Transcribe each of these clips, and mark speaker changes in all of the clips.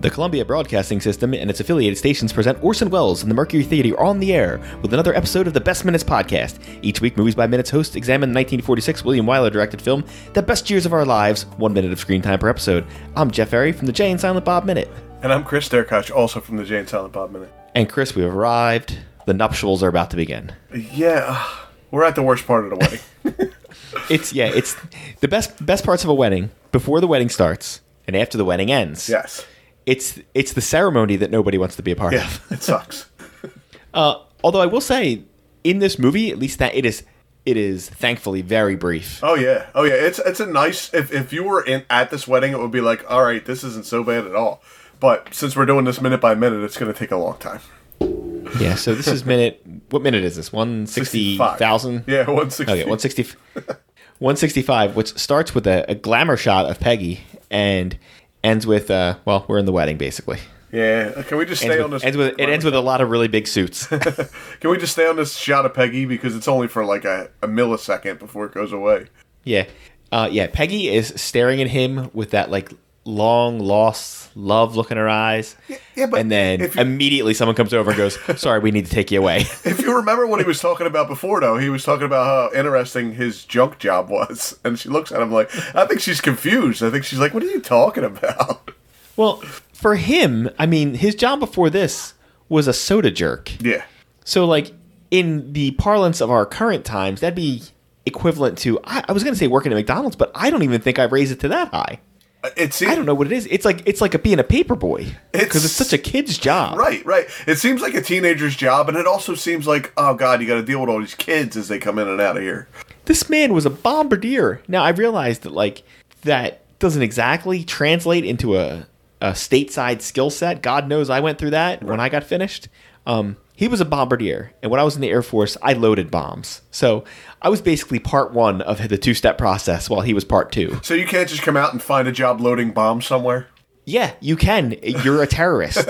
Speaker 1: The Columbia Broadcasting System and its affiliated stations present Orson Welles and the Mercury Theater on the air with another episode of the Best Minutes podcast. Each week, Movies by Minutes hosts examine the 1946 William Wyler directed film, The Best Years of Our Lives, one minute of screen time per episode. I'm Jeff Ferry from the Jay and Silent Bob Minute.
Speaker 2: And I'm Chris Derkoch, also from the Jay and Silent Bob Minute.
Speaker 1: And Chris, we've arrived. The nuptials are about to begin.
Speaker 2: Yeah, ugh, we're at the worst part of the wedding.
Speaker 1: It's yeah, it's the best best parts of a wedding before the wedding starts and after the wedding ends.
Speaker 2: yes.
Speaker 1: It's it's the ceremony that nobody wants to be a part
Speaker 2: Yeah,
Speaker 1: of.
Speaker 2: it sucks.
Speaker 1: Uh, although I will say, in this movie, at least that it is, it is thankfully very brief.
Speaker 2: Oh yeah, oh yeah. It's it's a nice. If if you were in at this wedding, it would be like, all right, this isn't so bad at all. But since we're doing this minute by minute, it's going to take a long time.
Speaker 1: Yeah. So this is minute. What minute is this? One sixty thousand.
Speaker 2: Yeah, one sixty.
Speaker 1: Okay. One sixty. One sixty-five, which starts with a, a glamour shot of Peggy and ends with, uh, well, we're in the wedding basically.
Speaker 2: Yeah. Can we just
Speaker 1: Ends
Speaker 2: stay on
Speaker 1: with,
Speaker 2: this?
Speaker 1: ends with, it ends with a lot of really big suits.
Speaker 2: Can we just stay on this shot of Peggy because it's only for like a, a millisecond before it goes away.
Speaker 1: Yeah. Uh, yeah, Peggy is staring at him with that like long lost love look in her eyes.
Speaker 2: yeah, but
Speaker 1: and then
Speaker 2: if you-
Speaker 1: immediately someone comes over and goes, "Sorry, we need to take you away."
Speaker 2: If you remember what he was talking about before, though, he was talking about how interesting his junk job was, and she looks at him like, I think she's confused. I think she's like, "What are you talking about?"
Speaker 1: well, for him, I mean, his job before this was a soda jerk.
Speaker 2: Yeah,
Speaker 1: So like in the parlance of our current times, that'd be equivalent to I, I was going to say working at McDonald's, but I don't even think I raised it to that high.
Speaker 2: it seems
Speaker 1: I don't know what it is. It's like it's like a, being a paperboy because
Speaker 2: It's-
Speaker 1: it's such a kid's job.
Speaker 2: right, right. It seems like a teenager's job, and it also seems like, oh god, you got to deal with all these kids as they come in and out of here.
Speaker 1: this man was a bombardier. Now I realized that like that doesn't exactly translate into a, a stateside skill set. God knows I went through that when I got finished. Um, he was a bombardier, and when I was in the Air Force, I loaded bombs. So I was basically part one of the two step process, while he was part two.
Speaker 2: So you can't just come out and find a job loading bombs somewhere.
Speaker 1: Yeah, you can. You're a terrorist.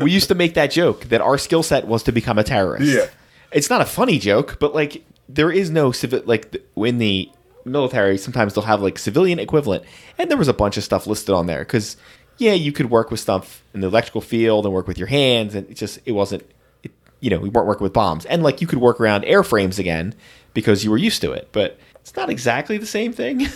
Speaker 1: we used to make that joke that our skill set was to become a terrorist.
Speaker 2: Yeah.
Speaker 1: It's not a funny joke, but like there is no civil like th- in the military sometimes they'll have like civilian equivalent and there was a bunch of stuff listed on there cuz yeah, you could work with stuff in the electrical field and work with your hands and it just it wasn't it, you know, we weren't working with bombs. And like you could work around airframes again because you were used to it, but it's not exactly the same thing.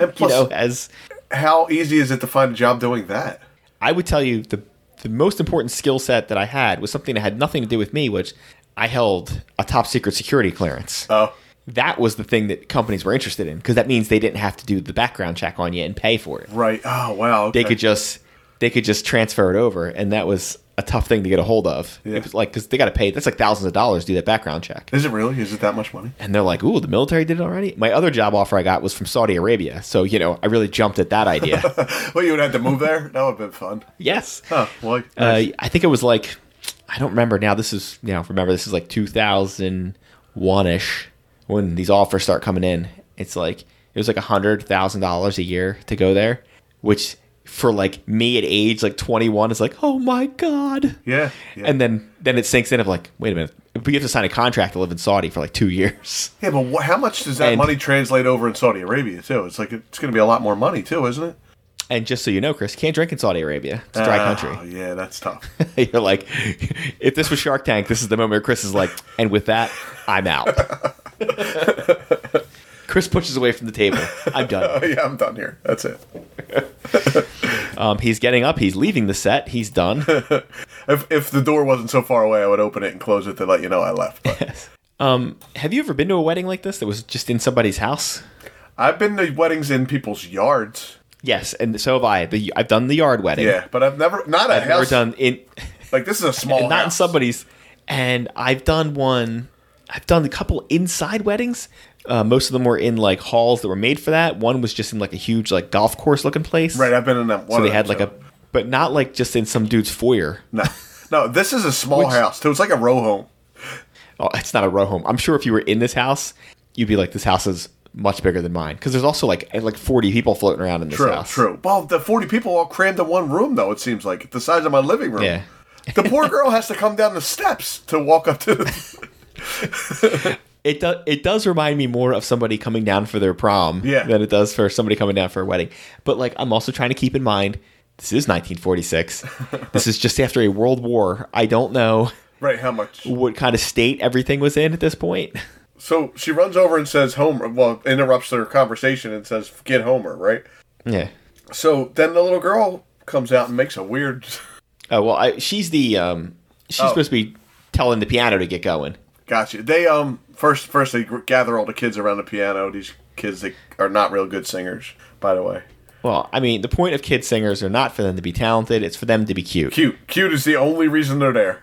Speaker 2: And
Speaker 1: you
Speaker 2: plus,
Speaker 1: know, as
Speaker 2: how easy is it to find a job doing that?
Speaker 1: I would tell you the the most important skill set that I had was something that had nothing to do with me, which I held a top secret security clearance.
Speaker 2: Oh,
Speaker 1: that was the thing that companies were interested in because that means they didn't have to do the background check on you and pay for it.
Speaker 2: right. Oh wow.
Speaker 1: They
Speaker 2: okay.
Speaker 1: could just they could just transfer it over, and that was a tough thing to get a hold of.
Speaker 2: Yeah.
Speaker 1: It was like because they got to pay that's like thousands of dollars to do that background check,
Speaker 2: Is it really? Is it that much money?
Speaker 1: and they're like, "Ooh, the military did it already." My other job offer I got was from Saudi Arabia, so you know I really jumped at that idea.
Speaker 2: well, you would have to move there. That would have been fun.
Speaker 1: yes,
Speaker 2: Oh, well,
Speaker 1: Uh, I think it was like I don't remember now. This is now remember this is like 2001 ish when these offers start coming in. It's like it was like a hundred thousand dollars a year to go there, which for like me at age like 21 is like oh my god.
Speaker 2: Yeah, yeah.
Speaker 1: And then then it sinks in of like wait a minute we have to sign a contract to live in Saudi for like two years.
Speaker 2: yeah, but wh- how much does that
Speaker 1: And-
Speaker 2: money translate over in Saudi Arabia too? It's like it's going to be a lot more money too, isn't it?
Speaker 1: And just so you know, Chris can't drink in Saudi Arabia. It's a dry country.
Speaker 2: Oh, yeah, that's tough.
Speaker 1: You're like, if this was Shark Tank, this is the moment where Chris is like, and with that, I'm out. Chris pushes away from the table. I'm done.
Speaker 2: oh, yeah, I'm done here. That's it.
Speaker 1: Um, he's getting up. He's leaving the set. He's done.
Speaker 2: If if the door wasn't so far away, I would open it and close it to let you know I left. But
Speaker 1: Um, have you ever been to a wedding like this that was just in somebody's house?
Speaker 2: I've been to weddings in people's yards.
Speaker 1: Yes, and so have I. The, I've done the yard wedding.
Speaker 2: Yeah, but I've never not a
Speaker 1: I've never
Speaker 2: house.
Speaker 1: done in,
Speaker 2: Like this is a small
Speaker 1: not in
Speaker 2: house.
Speaker 1: somebody's. And I've done one. I've done a couple inside weddings. Uh, most of them were in like halls that were made for that. One was just in like a huge like golf course looking place.
Speaker 2: Right, I've been in that one.
Speaker 1: So they
Speaker 2: of
Speaker 1: had
Speaker 2: them,
Speaker 1: like a, but not like just in some dude's foyer.
Speaker 2: so- no, no. This is a small house too. It's like a row home.
Speaker 1: Oh, it's not a row home. I'm sure if you were in this house, you'd be like, this house is much bigger than mine because there's also like eh, like 40 people floating around in this
Speaker 2: True,
Speaker 1: house.
Speaker 2: true. Well, the forty people all crammed in one room, though. It seems like the size of my living room.
Speaker 1: Yeah.
Speaker 2: the poor girl has to come down the steps to walk up to. The,
Speaker 1: It does. It does remind me more of somebody coming down for their prom
Speaker 2: Yeah.
Speaker 1: than it does for somebody coming down for a wedding. But like, I'm also trying to keep in mind this is 1946. this is just after a world war. I don't know
Speaker 2: Right, how much?
Speaker 1: what kind of state everything was in at this point.
Speaker 2: So she runs over and says, Homer, well, interrupts their conversation and says, get Homer, right?
Speaker 1: yeah.
Speaker 2: So then the little girl comes out and makes a weird.
Speaker 1: Oh well, I, she's the um, she's
Speaker 2: Oh.
Speaker 1: supposed to be telling the piano to get going.
Speaker 2: Gotcha. They, um, first, first they gather all the kids around the piano. These kids that are not real good singers, by the way.
Speaker 1: Well, I mean, the point of kid singers are not for them to be talented; it's for them to be cute.
Speaker 2: Cute. Cute is the only reason they're there.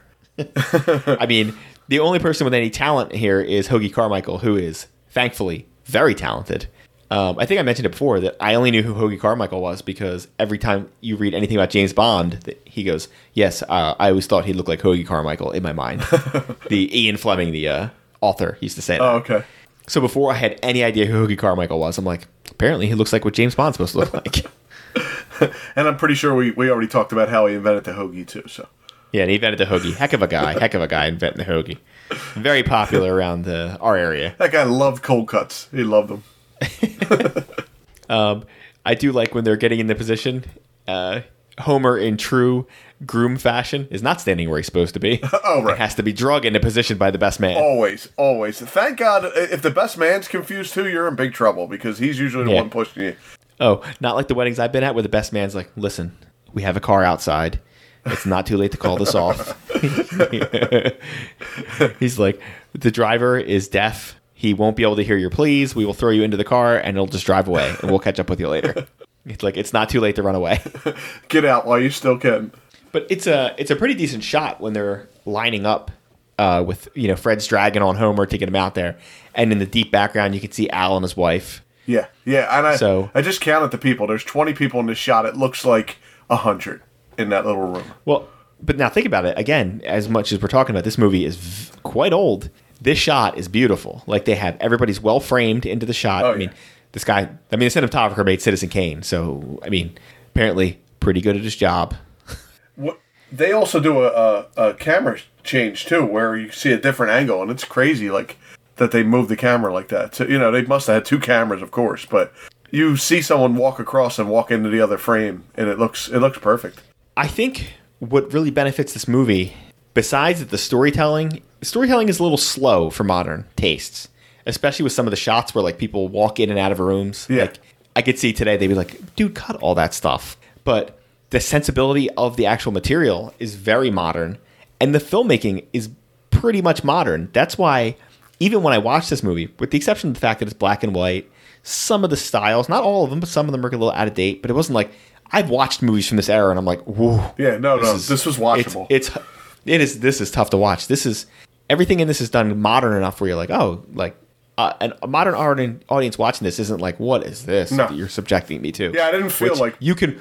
Speaker 1: I mean, the only person with any talent here is Hoagie Carmichael, who is thankfully very talented. Um, I think I mentioned it before that I only knew who Hoagie Carmichael was because every time you read anything about James Bond, that he goes, "Yes, uh, I always thought he looked like Hoagie Carmichael in my mind." the Ian Fleming, the uh, author, used to say that.
Speaker 2: Oh, okay.
Speaker 1: So before I had any idea who Hoagie Carmichael was, I'm like, apparently he looks like what James Bond's supposed to look like.
Speaker 2: And I'm pretty sure we, we already talked about how he invented the hoagie, too, so.
Speaker 1: yeah, and he invented the hoagie. Heck of a guy. Heck of a guy inventing the hoagie. Very popular around the, our area.
Speaker 2: That guy loved cold cuts. He loved them.
Speaker 1: I do like when they're getting in the position. Uh, Homer, in true groom fashion, is not standing where he's supposed to be.
Speaker 2: Oh, right.
Speaker 1: And has to be drug into position by the best man.
Speaker 2: Always, always. Thank God, i- if the best man's confused too, you're in big trouble because he's usually the
Speaker 1: Yeah.
Speaker 2: one pushing you.
Speaker 1: Oh, not like the weddings I've been at where the best man's like, listen, we have a car outside. It's not too late to call this off. He's like, the driver is deaf. He won't be able to hear your pleas. We will throw you into the car and it'll just drive away and we'll catch up with you later. It's like, it's not too late to run away.
Speaker 2: Get out while you still can.
Speaker 1: But it's a it's a pretty decent shot when they're lining up uh, with you know Fred's dragging on Homer to get him out there, and in the deep background you can see Al and his wife.
Speaker 2: Yeah, yeah. And I,
Speaker 1: So-
Speaker 2: I just counted the people. There's 20 people in this shot. It looks like a hundred in that little room.
Speaker 1: Well, but now think about it again. As much as we're talking about this movie is v- quite old, this shot is beautiful. Like they have everybody's well framed into the shot.
Speaker 2: Oh,
Speaker 1: I mean,
Speaker 2: yeah.
Speaker 1: this guy. I mean, the cinematographer made Citizen Kane, so I mean, apparently pretty good at his job.
Speaker 2: What they also do a, a, a camera change too, where you see a different angle, and it's crazy. Like that they move the camera like that. So, you know, they must have had two cameras, of course, but you see someone walk across and walk into the other frame, and it looks it looks perfect.
Speaker 1: I think what really benefits this movie, besides that the storytelling, storytelling is a little slow for modern tastes, especially with some of the shots where like people walk in and out of rooms.
Speaker 2: Yeah.
Speaker 1: Like I could see today they'd be like, "Dude, cut all that stuff." But the sensibility of the actual material is very modern, and the filmmaking is pretty much modern. That's why even when I watch this movie, with the exception of the fact that it's black and white, some of the styles, not all of them, but some of them are a little out of date, but it wasn't like I've watched movies from this era and I'm like, "Whoa,
Speaker 2: Yeah, no, no, this was watchable.
Speaker 1: it's, it's it is this is tough to watch. This is everything in this is done modern enough where you're like, oh, like uh, an, a modern audi- audience watching this isn't like, what is this
Speaker 2: No.
Speaker 1: that you're subjecting me to?
Speaker 2: Yeah, I didn't feel
Speaker 1: Which
Speaker 2: like-
Speaker 1: you can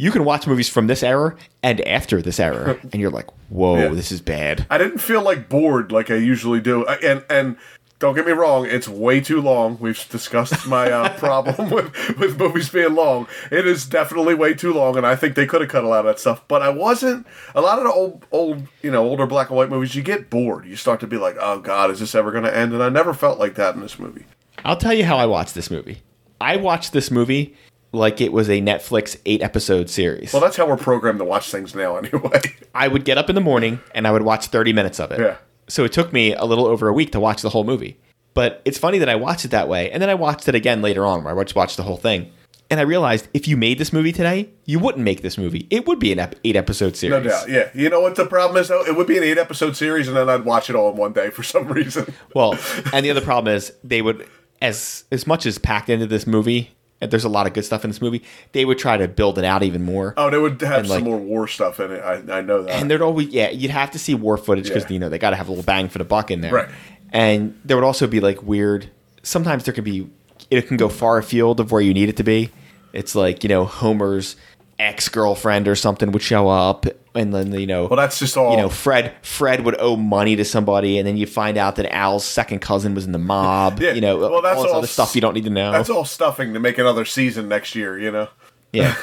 Speaker 1: you can watch movies from this era and after this era, and you're like, whoa,
Speaker 2: Yeah.
Speaker 1: this is bad.
Speaker 2: I didn't feel like bored like I usually do. I- And and don't get me wrong, it's way too long. We've discussed my uh, problem with with movies being long. It is definitely way too long, and I think they could have cut a lot of that stuff. But I wasn't. A lot of the old old you know older black and white movies, you get bored. You start to be like, oh god, is this ever going to end? And I never felt like that in this movie.
Speaker 1: I'll tell you how I watched this movie. I watched this movie like it was a Netflix eight episode series.
Speaker 2: Well, that's how we're programmed to watch things now, anyway.
Speaker 1: I would get up in the morning and I would watch 30 minutes of it.
Speaker 2: Yeah.
Speaker 1: So it took me a little over a week to watch the whole movie. But it's funny that I watched it that way. And then I watched it again later on where I just watched the whole thing. And I realized if you made this movie today, you wouldn't make this movie. It would be an ep- eight episode
Speaker 2: No
Speaker 1: series.
Speaker 2: doubt. Yeah. You know what the problem is though? It would be an eight episode series, and then I'd watch it all in one day for some reason.
Speaker 1: Well, and the other problem is they would, as as much as packed into this movie, and there's a lot of good stuff in this movie, they would try to build it out even more.
Speaker 2: Oh, they would have
Speaker 1: like-
Speaker 2: some more war stuff in it. I, I know that.
Speaker 1: and there'd always yeah you'd have to see war footage because
Speaker 2: Yeah.
Speaker 1: you know they got to have a little bang for the buck in there
Speaker 2: Right.
Speaker 1: and there would also be like weird sometimes there could be it can go far afield of where you need it to be it's like you know homer's ex-girlfriend or something would show up and then you know
Speaker 2: Well, that's just all.
Speaker 1: you know fred fred would owe money to somebody and then you find out that al's second cousin was in the mob
Speaker 2: Yeah.
Speaker 1: you know
Speaker 2: Well, that's
Speaker 1: all this
Speaker 2: all
Speaker 1: other stuff you don't need to know
Speaker 2: that's all stuffing to make another season next year. You know.
Speaker 1: Yeah.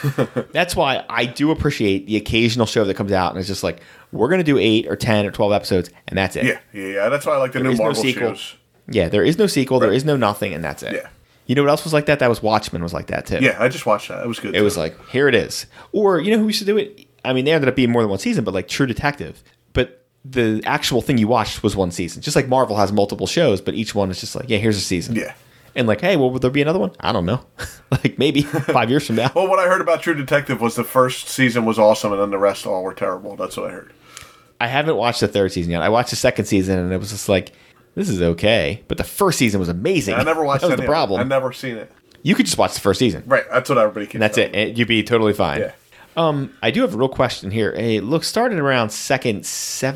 Speaker 1: That's why I do appreciate the occasional show that comes out and it's just like, we're going to do eight or 10 or 12 episodes and that's it.
Speaker 2: Yeah, yeah, yeah. That's why I like the new
Speaker 1: is no
Speaker 2: Marvel
Speaker 1: sequel.
Speaker 2: shows.
Speaker 1: Yeah, there is no sequel, there is no nothing, and that's it.
Speaker 2: Yeah.
Speaker 1: You know what else was like that? That was Watchmen was like that too.
Speaker 2: Yeah, I just watched that. It was good.
Speaker 1: It was like, here it is. Or you know who used to do it? I mean, they ended up being more than one season, but like True Detective. But the actual thing you watched was one season. Just like Marvel has multiple shows, but each one is just like, yeah, here's a season.
Speaker 2: Yeah.
Speaker 1: And like, hey, well, will there be another one? I don't know. like maybe five years from now.
Speaker 2: Well, what I heard about True Detective was the first season was awesome, and then the rest all were terrible. That's what I heard.
Speaker 1: I haven't watched the third season yet. I watched the second season, and it was just like, this is okay. But the first season was amazing.
Speaker 2: I never watched
Speaker 1: that. Was
Speaker 2: any
Speaker 1: the
Speaker 2: of it.
Speaker 1: problem?
Speaker 2: I never seen it.
Speaker 1: you could just watch the first season.
Speaker 2: Right. That's what everybody keeps.
Speaker 1: And that's
Speaker 2: telling
Speaker 1: it. And You'd be totally fine.
Speaker 2: Yeah.
Speaker 1: Um, I do have a real question here. Hey, look, started around second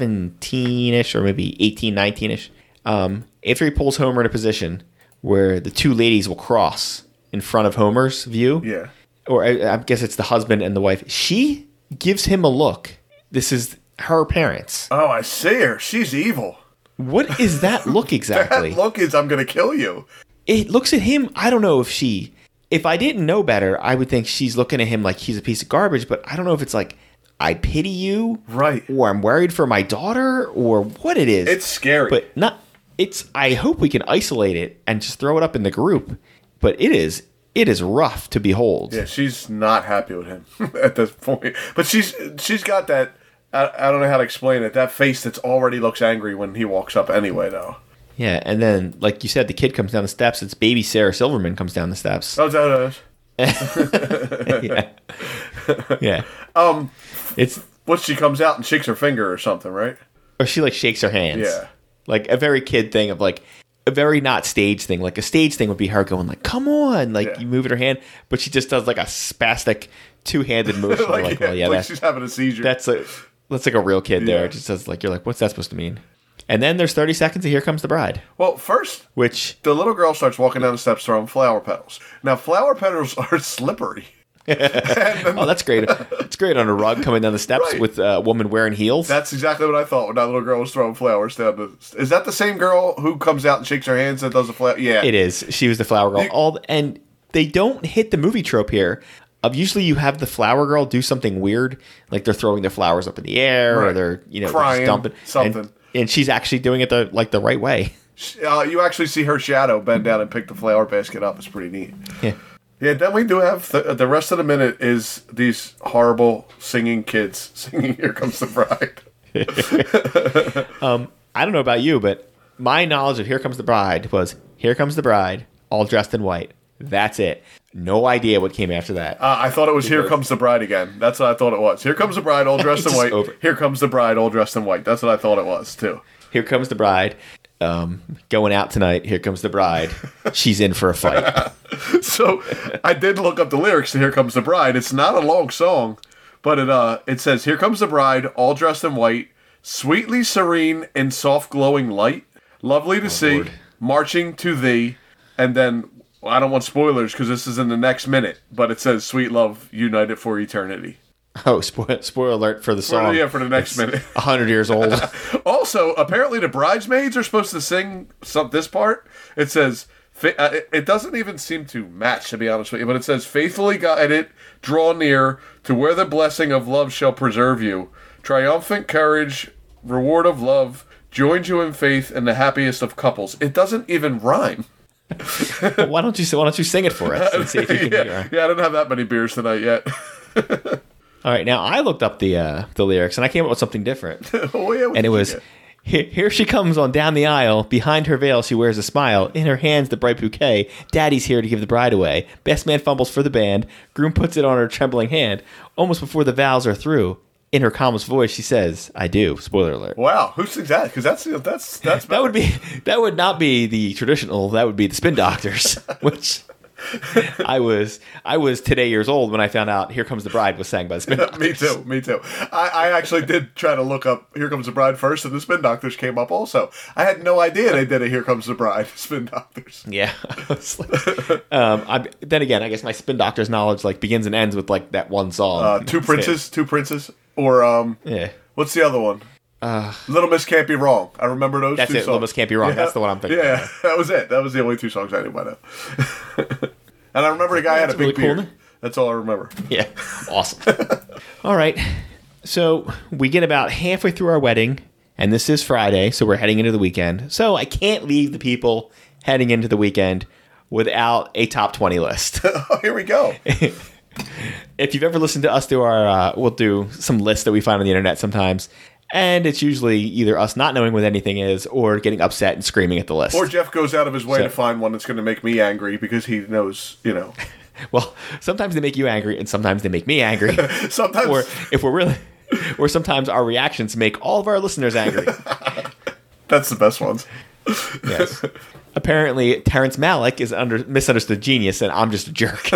Speaker 1: 17 ish or maybe 18, 19 ish. Um, after he pulls Homer in a position where the two ladies will cross in front of Homer's view.
Speaker 2: me. Yeah.
Speaker 1: Or I, I guess it's the husband and the wife. She gives him a look. This is her parents.
Speaker 2: Oh, I see her. She's evil.
Speaker 1: What is that look
Speaker 2: That
Speaker 1: exactly?
Speaker 2: look is I'm gonna kill you.
Speaker 1: it looks at him. I don't know if she, if I didn't know better, I would think she's looking at him like he's a piece of garbage. But I don't know if it's like I pity you,
Speaker 2: Right.
Speaker 1: or I'm worried for my daughter, or what it is.
Speaker 2: It's scary.
Speaker 1: but not. It's. I hope we can isolate it and just throw it up in the group. But it is. It is rough to behold.
Speaker 2: yeah, she's not happy with him at this point. But she's she's got that. I, I don't know how to explain it. That face that's already looks angry when he walks up. Anyway, though.
Speaker 1: Yeah, and then like you said, the kid comes down the steps. It's baby Sarah Silverman comes down the steps.
Speaker 2: Oh, is that what it is?
Speaker 1: yeah, yeah.
Speaker 2: Um,
Speaker 1: It's
Speaker 2: once she comes out and shakes her finger or something, right?
Speaker 1: or she like shakes her hands.
Speaker 2: Yeah.
Speaker 1: Like a very kid thing of like a very not stage thing. Like a stage thing would be her going like, "Come on!" Like
Speaker 2: Yeah.
Speaker 1: you moving her hand, but she just does like a spastic two-handed motion. like,
Speaker 2: like,
Speaker 1: like, well, yeah,
Speaker 2: like
Speaker 1: that's
Speaker 2: she's having a seizure.
Speaker 1: that's like that's like a real kid there.
Speaker 2: Yeah.
Speaker 1: It just says like you're like, "What's that supposed to mean?" And then there's 30 seconds of "Here Comes the Bride,"
Speaker 2: well, first
Speaker 1: which
Speaker 2: the little girl starts walking down the steps throwing flower petals. Now, flower petals are slippery.
Speaker 1: oh, that's great. it's great on a rug coming down the steps
Speaker 2: Right.
Speaker 1: with a woman wearing heels.
Speaker 2: That's exactly what I thought when that little girl was throwing flowers down the. Is that the same girl who comes out and shakes her hands and does the flower? Yeah.
Speaker 1: It is. She was the flower girl. All and they don't hit the movie trope here. Of usually you have the flower girl do something weird, like they're throwing their flowers up in the air or
Speaker 2: Right.
Speaker 1: they're you know just
Speaker 2: Crying,
Speaker 1: dumping and-
Speaker 2: something.
Speaker 1: and she's actually doing it the like the right way.
Speaker 2: Uh, you actually see her shadow bend down and pick the flower basket up. It's pretty neat.
Speaker 1: Yeah.
Speaker 2: Yeah, then we do have the, the rest of the minute is these horrible singing kids singing "Here Comes the Bride."
Speaker 1: I don't know about you, but my knowledge of "Here Comes the Bride" was "Here Comes the Bride," all dressed in white. That's it. No idea what came after that.
Speaker 2: Uh, I thought it was "Here Comes the Bride" again. That's what I thought it was. Here comes the bride, all dressed in
Speaker 1: Just
Speaker 2: white.
Speaker 1: over.
Speaker 2: Here comes the bride, all dressed in white. That's what I thought it was too.
Speaker 1: Here comes the bride. Um, going out tonight. Here comes the bride. She's in for a fight.
Speaker 2: so I did look up the lyrics to "Here Comes the Bride." It's not a long song, but it uh it says "Here comes the bride, all dressed in white, sweetly serene in soft glowing light, lovely to see,
Speaker 1: Lord.
Speaker 2: marching to thee." And then well, I don't want spoilers because this is in the next minute, but it says "Sweet love, united for eternity."
Speaker 1: Oh, spoil, spoiler alert for the song.
Speaker 2: yeah, for the next minute.
Speaker 1: A hundred years old.
Speaker 2: Also, apparently the bridesmaids are supposed to sing some this part. It says fa- uh, it- it doesn't even seem to match to be honest with you, but it says faithfully guide it, draw near to where the blessing of love shall preserve you. Triumphant courage, reward of love, joined you in faith and the happiest of couples. It doesn't even rhyme.
Speaker 1: why don't you why don't you sing it for us and see if you can
Speaker 2: yeah, yeah, I don't have that many beers tonight yet.
Speaker 1: all right now i looked up the uh the lyrics and i came up with something different
Speaker 2: oh yeah, what
Speaker 1: and it
Speaker 2: did you
Speaker 1: was
Speaker 2: get?
Speaker 1: "Here- here she comes on down the aisle behind her veil she wears a smile in her hands the bright bouquet daddy's here to give the bride away best man fumbles for the band groom puts it on her trembling hand almost before the vows are through in her calmest voice she says i do spoiler alert
Speaker 2: wow. Who sings that? Because that's that's that's
Speaker 1: that would be that would not be the traditional that would be the spin doctors which i was i was today years old when i found out here comes the bride was sang by the spin doctors
Speaker 2: me too. Me too. I, I actually did try to look up "Here Comes the Bride" first, and the Spin Doctors came up also. I had no idea they did a "Here Comes the Bride" Spin Doctors.
Speaker 1: yeah I was like- um I, then again i guess my spin doctors knowledge like begins and ends with like that one song
Speaker 2: Uh, two princes, two princes, or um,
Speaker 1: yeah Uh,
Speaker 2: what's the other one? Little Miss can't be wrong. I remember those.
Speaker 1: that's
Speaker 2: two
Speaker 1: it
Speaker 2: songs.
Speaker 1: Loomis can't be wrong that's the one i'm thinking
Speaker 2: Yeah, that was it. That was the only two songs I knew by now. and I remember the guy had a
Speaker 1: That's
Speaker 2: big
Speaker 1: really cool,
Speaker 2: beard.
Speaker 1: isn't
Speaker 2: That's all I remember.
Speaker 1: Yeah. Awesome. All right. So we get about halfway through our wedding, and this is Friday, so we're heading into the weekend. So I can't leave the people heading into the weekend without a top 20 list.
Speaker 2: Oh, here we go.
Speaker 1: if you've ever listened to us do our, uh, we'll do some lists that we find on the internet sometimes. And it's usually either us not knowing what anything is or getting upset and screaming at the list.
Speaker 2: Or Jeff goes out of his way to find one that's going to make me angry because he knows, you know.
Speaker 1: well, sometimes they make you angry and sometimes they make me angry.
Speaker 2: Sometimes
Speaker 1: or if we're really, or sometimes our reactions make all of our listeners angry.
Speaker 2: that's the best ones.
Speaker 1: Yes. Apparently, Terrence Malick is under misunderstood genius, and I'm just a jerk.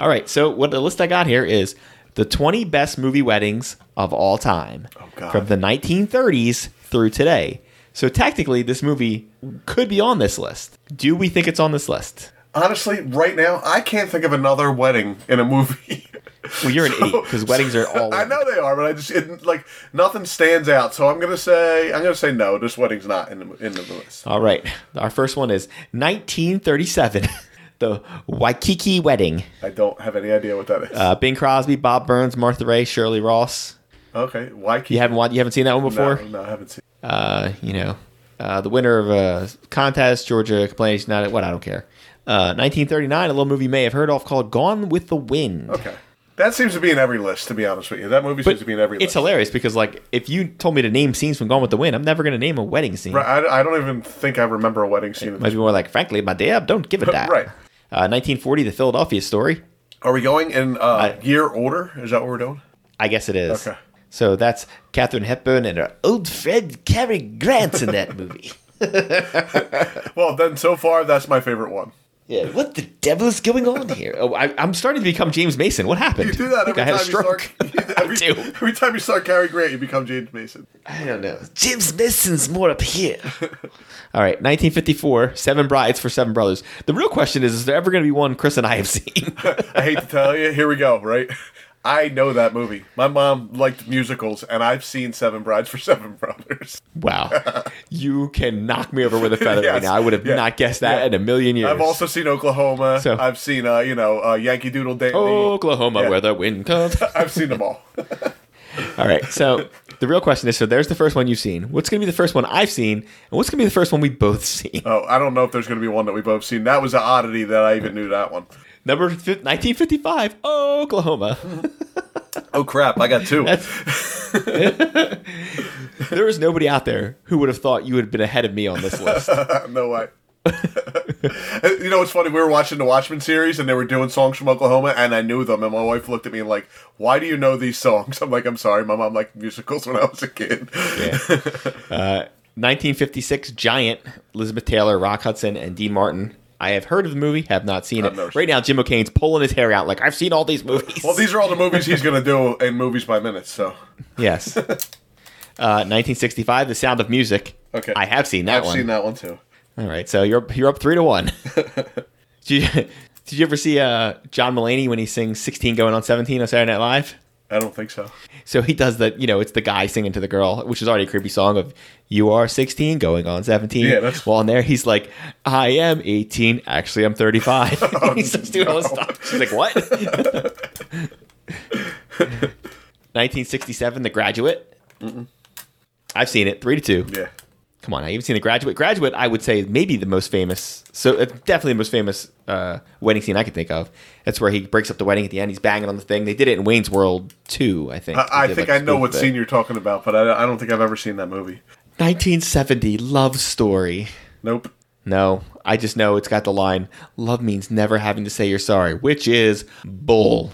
Speaker 1: all right. So what the list I got here is the 20 best movie weddings of all time
Speaker 2: Oh, God.
Speaker 1: from the 1930s through today. So technically, this movie could be on this list. Do we think it's on this list?
Speaker 2: Honestly, right now, I can't think of another wedding in a movie.
Speaker 1: Well, you're an idiot because weddings are all.
Speaker 2: I know they are, but I just it, like nothing stands out. So I'm gonna say I'm gonna say no. This wedding's not in the in the list.
Speaker 1: All right. Our first one is 1937, the Waikiki Wedding.
Speaker 2: I don't have any idea what that is.
Speaker 1: Uh, Bing Crosby, Bob Burns, Martha Ray, Shirley Ross.
Speaker 2: okay, why keep
Speaker 1: You haven't wa- you haven't seen that one
Speaker 2: no,
Speaker 1: before.
Speaker 2: no, I haven't seen.
Speaker 1: Uh, you know, uh, the winner of a contest, Georgia complains not what I don't care. Uh, 1939, a little movie you may have heard of called Gone with the Wind.
Speaker 2: Okay, that seems to be in every list. To be honest with you, that movie seems to be in every
Speaker 1: It's
Speaker 2: list.
Speaker 1: hilarious because like if you told me to name scenes from Gone with the Wind, I'm never gonna name a wedding scene.
Speaker 2: I, I don't even think I remember a wedding scene.
Speaker 1: Might be more like, frankly, my dad don't give a damn.
Speaker 2: Right.
Speaker 1: Uh, 1940, The Philadelphia Story.
Speaker 2: Are we going in uh, year order? Is that what we're doing?
Speaker 1: I guess it is.
Speaker 2: Okay.
Speaker 1: So that's Katherine Hepburn and her old friend Cary Grant in that movie.
Speaker 2: Well, then so far that's my favorite one.
Speaker 1: Yeah, what the devil is going on here? Oh, I, I'm starting to become James Mason. What happened?
Speaker 2: You do that
Speaker 1: I think
Speaker 2: every
Speaker 1: I had
Speaker 2: time
Speaker 1: a stroke.
Speaker 2: you start. Every,
Speaker 1: do.
Speaker 2: every time you start Cary Grant, you become James Mason.
Speaker 1: I don't know. James Mason's more up here. All right, 1954, Seven Brides for Seven Brothers. The real question is, is there ever going to be one Chris and I have seen?
Speaker 2: I hate to tell you, here we go, right? I know that movie. My mom liked musicals, and I've seen Seven Brides for Seven Brothers.
Speaker 1: wow. You can knock me over with a feather right
Speaker 2: Yes.
Speaker 1: now. I would have
Speaker 2: Yeah.
Speaker 1: not guessed that
Speaker 2: Yeah.
Speaker 1: in a million years.
Speaker 2: I've also seen Oklahoma.
Speaker 1: So- Oh.
Speaker 2: I've seen, uh, you know, uh, Yankee Doodle Dandy.
Speaker 1: Oklahoma,
Speaker 2: Yeah.
Speaker 1: where the wind comes.
Speaker 2: I've seen them all.
Speaker 1: All right. So the real question is: so there's the first one you've seen. What's going to be the first one I've seen, and what's going to be the first one we both seen?
Speaker 2: Oh, I don't know if there's going to be one that we've both seen. That was an oddity that I even knew that one.
Speaker 1: Number fi- 1955, Oklahoma.
Speaker 2: Oh crap! I got two.
Speaker 1: there is nobody out there who would have thought you would have been ahead of me on this list.
Speaker 2: no way. you know what's funny? We were watching the Watchmen series, and they were doing songs from Oklahoma, and I knew them. And my wife looked at me and like, "Why do you know these songs?" I'm like, "I'm sorry, my mom liked musicals when I was a kid."
Speaker 1: Yeah. Uh, 1956, Giant, Elizabeth Taylor, Rock Hudson, and Dean Martin. I have heard of the movie, have not seen
Speaker 2: I've
Speaker 1: it.
Speaker 2: never seen
Speaker 1: Right now, Jim O'Kane's pulling his hair out like I've seen all these movies.
Speaker 2: Well, these are all the movies he's gonna do in movies by minutes. So
Speaker 1: yes. Uh, 1965, The Sound of Music.
Speaker 2: Okay.
Speaker 1: I have seen that
Speaker 2: I've
Speaker 1: one.
Speaker 2: seen that one too.
Speaker 1: All right, so you're you're up three to one. did, you, did you ever see uh, John Mulaney when he sings "16 Going on 17" on Saturday Night Live?
Speaker 2: I don't think so.
Speaker 1: So he does that. You know, it's the guy singing to the girl, which is already a creepy song of "You are 16, going on 17."
Speaker 2: Yeah, that's-
Speaker 1: Well, in there he's like, "I am 18. Actually, I'm 35."
Speaker 2: Oh,
Speaker 1: he starts doing all this stuff. She's like, "What?" 1967, The Graduate. I've seen it three to two.
Speaker 2: Yeah.
Speaker 1: Come on, I even seen the graduate. Graduate, I would say maybe the most famous. So it's definitely the most famous uh, wedding scene I could think of. That's where he breaks up the wedding at the end. He's banging on the thing. They did it in Wayne's World too, I think.
Speaker 2: I, I
Speaker 1: They did,
Speaker 2: think
Speaker 1: like,
Speaker 2: I know
Speaker 1: spoof
Speaker 2: what
Speaker 1: it.
Speaker 2: scene you're talking about, but I, I don't think I've ever seen that movie.
Speaker 1: 1970 love story.
Speaker 2: Nope.
Speaker 1: No, I just know it's got the line "Love means never having to say you're sorry," which is bull.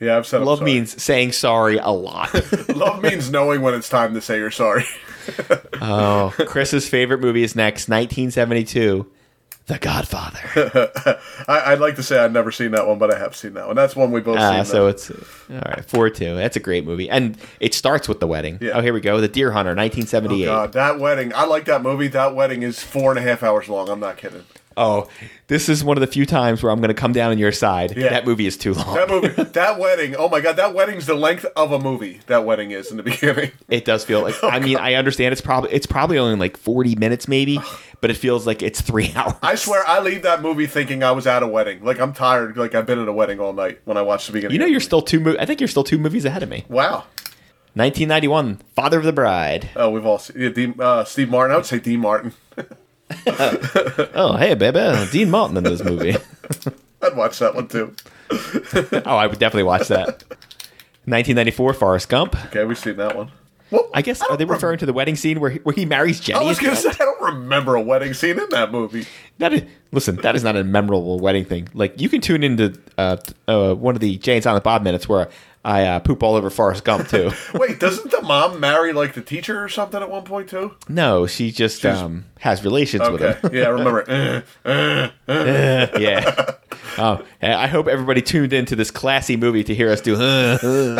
Speaker 2: Yeah, I've said I'm
Speaker 1: Love
Speaker 2: sorry.
Speaker 1: means saying sorry a lot.
Speaker 2: love means knowing when it's time to say you're sorry.
Speaker 1: oh, Chris's favorite movie is next, 1972, The Godfather.
Speaker 2: I, I'd like to say I've never seen that one, but I have seen that one. That's one we both
Speaker 1: Uh,
Speaker 2: seen.
Speaker 1: so
Speaker 2: though.
Speaker 1: it's all right. Four two. That's a great movie, and it starts with the wedding.
Speaker 2: Yeah.
Speaker 1: Oh, here we go. The Deer Hunter, nineteen seventy eight.
Speaker 2: God, that wedding. I like that movie. That wedding is four and a half hours long. I'm not kidding.
Speaker 1: oh, this is one of the few times where I'm going to come down on your side.
Speaker 2: Yeah.
Speaker 1: That movie is too long.
Speaker 2: That movie, that wedding. Oh my god, that wedding's the length of a movie. That wedding is in the beginning.
Speaker 1: it does feel
Speaker 2: Oh,
Speaker 1: like. I mean, I understand it's probably it's probably only like forty minutes maybe, but it feels like it's three hours.
Speaker 2: I swear, I leave that movie thinking I was at a wedding. Like I'm tired. Like I've been at a wedding all night when I watched the beginning.
Speaker 1: You know, you're still two. Mo- I think you're still two movies ahead of me.
Speaker 2: wow.
Speaker 1: Nineteen ninety one, Father of the Bride.
Speaker 2: Oh, we've all seen yeah, D, uh, Steve Martin. I would say D Martin. Uh,
Speaker 1: Oh, hey, baby, Dean Martin in this movie.
Speaker 2: I'd watch that one too.
Speaker 1: oh, I would definitely watch that. 1994, Forrest Gump.
Speaker 2: Okay, we've seen that one. Well,
Speaker 1: I guess are they
Speaker 2: don't
Speaker 1: referring to the wedding scene where he, where he marries
Speaker 2: I
Speaker 1: Jenny?
Speaker 2: was gonna
Speaker 1: That-
Speaker 2: say I don't remember a wedding scene in that movie.
Speaker 1: That is, listen, that is not a memorable wedding thing. Like you can tune into uh, uh, one of the Jane Silent Bob minutes where I uh, poop all over Forrest Gump too.
Speaker 2: Wait, doesn't the mom marry like the teacher or something at one point too?
Speaker 1: no, she just um, has relations with
Speaker 2: Okay,
Speaker 1: him.
Speaker 2: yeah, I remember. it. Eh.
Speaker 1: yeah. Oh, and I hope everybody tuned into this classy movie to hear us do. oh,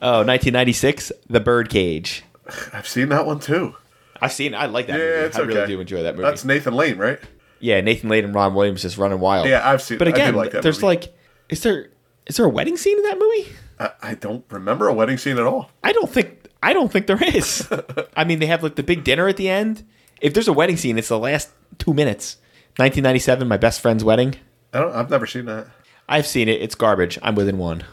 Speaker 1: 1996, The Birdcage.
Speaker 2: I've seen that one too.
Speaker 1: I've seen. I like that.
Speaker 2: Yeah,
Speaker 1: movie.
Speaker 2: it's
Speaker 1: I really
Speaker 2: okay.
Speaker 1: do enjoy that movie.
Speaker 2: That's Nathan Lane, right?
Speaker 1: yeah, Nathan Lane and Ron Williams just running wild.
Speaker 2: Yeah, I've seen-
Speaker 1: But
Speaker 2: I do
Speaker 1: again,
Speaker 2: like that
Speaker 1: there's
Speaker 2: movie.
Speaker 1: like, is there is there a wedding scene in that movie?
Speaker 2: I, I don't remember a wedding scene at all.
Speaker 1: I don't think I don't think there is. I mean, they have like the big dinner at the end. If there's a wedding scene, it's the last two minutes. 1997, my best friend's wedding.
Speaker 2: I don't. I've never seen that.
Speaker 1: I've seen it. It's garbage. I'm within one.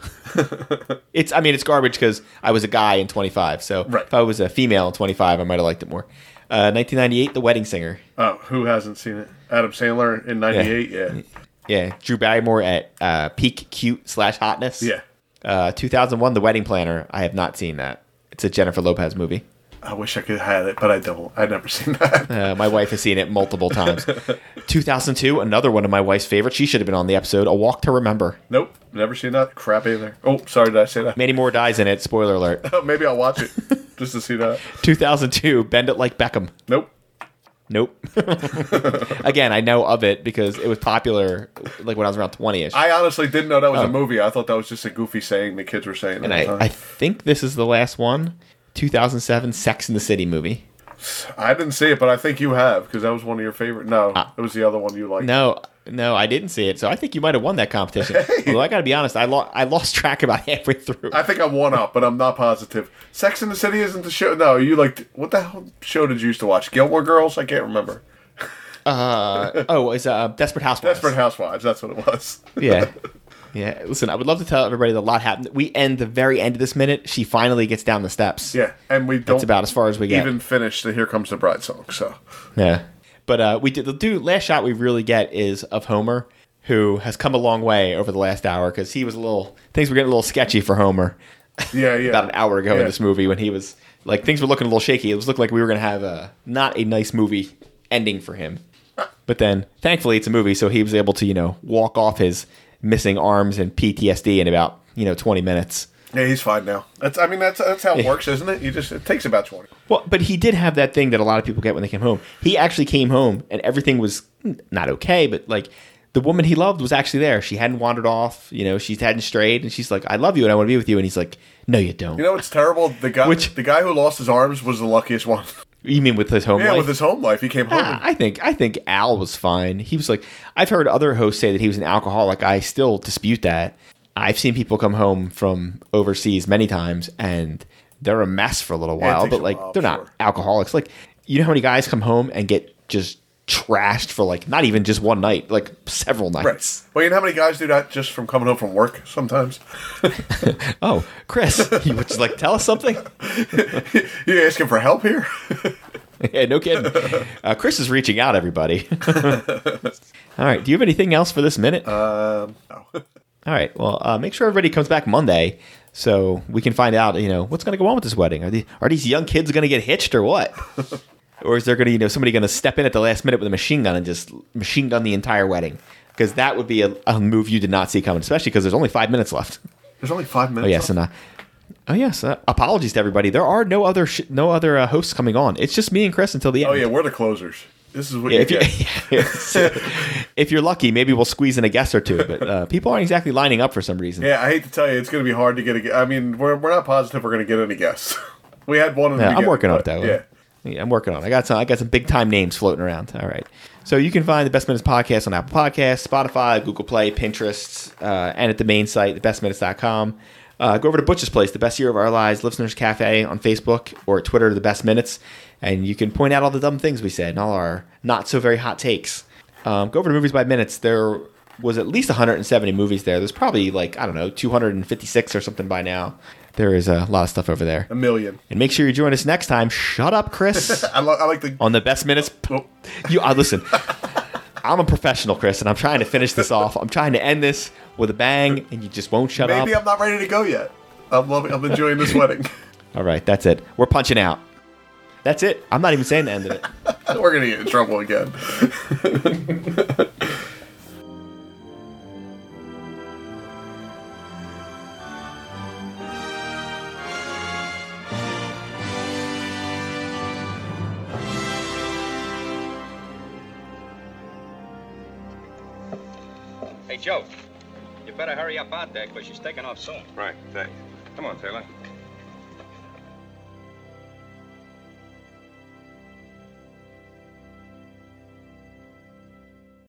Speaker 1: it's I mean it's garbage because I was a guy in 25. So
Speaker 2: Right.
Speaker 1: if I was a female in 25, I might have liked it more. Uh, 1998, The Wedding Singer.
Speaker 2: Oh, who hasn't seen it? Adam Sandler in '98. Yeah,
Speaker 1: Yeah, Drew Barrymore at uh, peak cute slash hotness.
Speaker 2: yeah.
Speaker 1: Uh, 2001, The Wedding Planner. I have not seen that. It's a Jennifer Lopez movie.
Speaker 2: I wish I could have had it, but I don't. I've never seen that.
Speaker 1: Uh, my wife has seen it multiple times. 2002, another one of my wife's favorites. She should have been on the episode. A Walk to Remember.
Speaker 2: nope, never seen that crap either. Oh, sorry, did I say that? Oh,
Speaker 1: Manny Moore dies in it. Spoiler alert.
Speaker 2: Maybe I'll watch it just to see that.
Speaker 1: 2002, Bend It Like Beckham.
Speaker 2: Nope.
Speaker 1: Nope. Again, I know of it because it was popular like when I was around 20ish.
Speaker 2: I honestly didn't know that was a movie. I thought that was just a goofy saying the kids were saying.
Speaker 1: Oh. and
Speaker 2: at
Speaker 1: I,
Speaker 2: the
Speaker 1: I
Speaker 2: time.
Speaker 1: think this is the last one. 2007, Sex in the City movie.
Speaker 2: I, didn't see it, but I think you have because that was one of your favorite. No, it was the other one you liked.
Speaker 1: No, no, I didn't see it. So I think you might have won that competition. Although I got to be honest, I, lo- I lost track about halfway through.
Speaker 2: I think I'm one up, but I'm not positive. Sex in the City isn't the show. No, you liked what the hell show did you used to watch? Gilmore Girls? I can't remember.
Speaker 1: Uh, oh, it's uh, Desperate Housewives.
Speaker 2: Desperate Housewives. That's what it was.
Speaker 1: yeah. Yeah. Listen, I would love to tell everybody that a lot happened. We end the very end of this minute. She finally gets down the steps.
Speaker 2: yeah, and we don't
Speaker 1: That's about as far as we get.
Speaker 2: even finish the Here Comes the Bride song. So
Speaker 1: yeah. But uh, we did the dude, last shot we really get is of Homer, who has come a long way over the last hour because he was a little, things were getting a little sketchy for Homer
Speaker 2: yeah, yeah.
Speaker 1: about an hour ago
Speaker 2: Yeah.
Speaker 1: in this movie when he was, like, things were looking a little shaky. It was looked like we were going to have a not a nice movie ending for him. But then, thankfully, it's a movie, so he was able to, you know, walk off his missing arms and PTSD in about, you know, 20 minutes.
Speaker 2: Yeah, he's fine now. That's I mean that's that's how it works, isn't it? You just it takes about twenty.
Speaker 1: Well, but he did have that thing that a lot of people get when they came home. He actually came home and everything was not okay, but like the woman he loved was actually there. She hadn't wandered off, you know, she hadn't strayed, and she's like, I love you and I want to be with you. And he's like, No, you don't. You,
Speaker 2: You know it's terrible. The guy
Speaker 1: Which-
Speaker 2: the guy who lost his arms was the luckiest one.
Speaker 1: mean with his home
Speaker 2: Yeah,
Speaker 1: life?
Speaker 2: with his home life, he came home.
Speaker 1: Ah, I think I think Al was fine. He was like I've heard other hosts say that he was an alcoholic. I still dispute that. I've seen people come home from overseas many times and they're a mess for a little
Speaker 2: it
Speaker 1: while,
Speaker 2: takes
Speaker 1: but
Speaker 2: a
Speaker 1: like
Speaker 2: while,
Speaker 1: they're
Speaker 2: sure.
Speaker 1: not alcoholics. Like you know how many guys come home and get just trashed for like not even just one night, like several
Speaker 2: Right.
Speaker 1: nights.
Speaker 2: Well, you know how many guys do that just from coming home from work sometimes?
Speaker 1: Oh, Chris, you would just like tell us something?
Speaker 2: you asking for help here?
Speaker 1: yeah, no kidding. Uh, Chris is reaching out, everybody. All right. Do you have anything else for this minute?
Speaker 2: um, no.
Speaker 1: All right. Well, uh, make sure everybody comes back Monday so we can find out, you know, what's going to go on with this wedding. Are, the, are these young kids going to get hitched or what? or is there going to, you know, somebody going to step in at the last minute with a machine gun and just machine gun the entire wedding? Because that would be a, a move you did not see coming, especially because there's only five minutes left.
Speaker 2: There's only five minutes.
Speaker 1: Oh yes,
Speaker 2: left.
Speaker 1: and uh, oh yes. Uh, apologies to everybody. There are no other sh- no other uh, hosts coming on. It's just me and Chris until the end.
Speaker 2: Oh yeah, we're the closers. This is what you
Speaker 1: If, you,
Speaker 2: get.
Speaker 1: if you're lucky, maybe we'll squeeze in a guest or two. But uh, people aren't exactly lining up for some reason.
Speaker 2: Yeah, I hate to tell you, it's going to be hard to get a. gu- I mean, we're, we're not positive we're going to get any guests. we had one. In the
Speaker 1: Yeah, I'm
Speaker 2: beginning,
Speaker 1: working on it
Speaker 2: but,
Speaker 1: though.
Speaker 2: Yeah.
Speaker 1: Yeah, I'm working on. it. I got some. I got some big time names floating around. All right. So you can find the Best Minutes podcast on Apple Podcasts, Spotify, Google Play, Pinterest, uh, and at the main site, thebestminutes.com. Uh, go over to Butch's Place, the best year of our lives, Listeners Cafe on Facebook or at Twitter, the best minutes, and you can point out all the dumb things we said and all our not so very hot takes. Um, go over to Movies by Minutes. There was at least 170 movies there. There's probably like I don't know 256 or something by now. there is a lot of stuff over there.
Speaker 2: A million.
Speaker 1: And make sure you join us next time. Shut up, Chris.
Speaker 2: I, lo- I like the.
Speaker 1: on the best minutes.
Speaker 2: Oh.
Speaker 1: You uh, listen. I'm a professional, Chris, and I'm trying to finish this off. I'm trying to end this with a bang, and you just won't shut
Speaker 2: Maybe
Speaker 1: up.
Speaker 2: I'm not ready to go yet. I'm loving. I'm enjoying this wedding.
Speaker 1: All right, that's it. We're punching out. That's it. I'm not even saying the end of it.
Speaker 2: We're gonna get in trouble again.
Speaker 3: Hey, Joe, you better hurry up out there because she's taking off soon.
Speaker 4: Right, thanks. Come on, Taylor.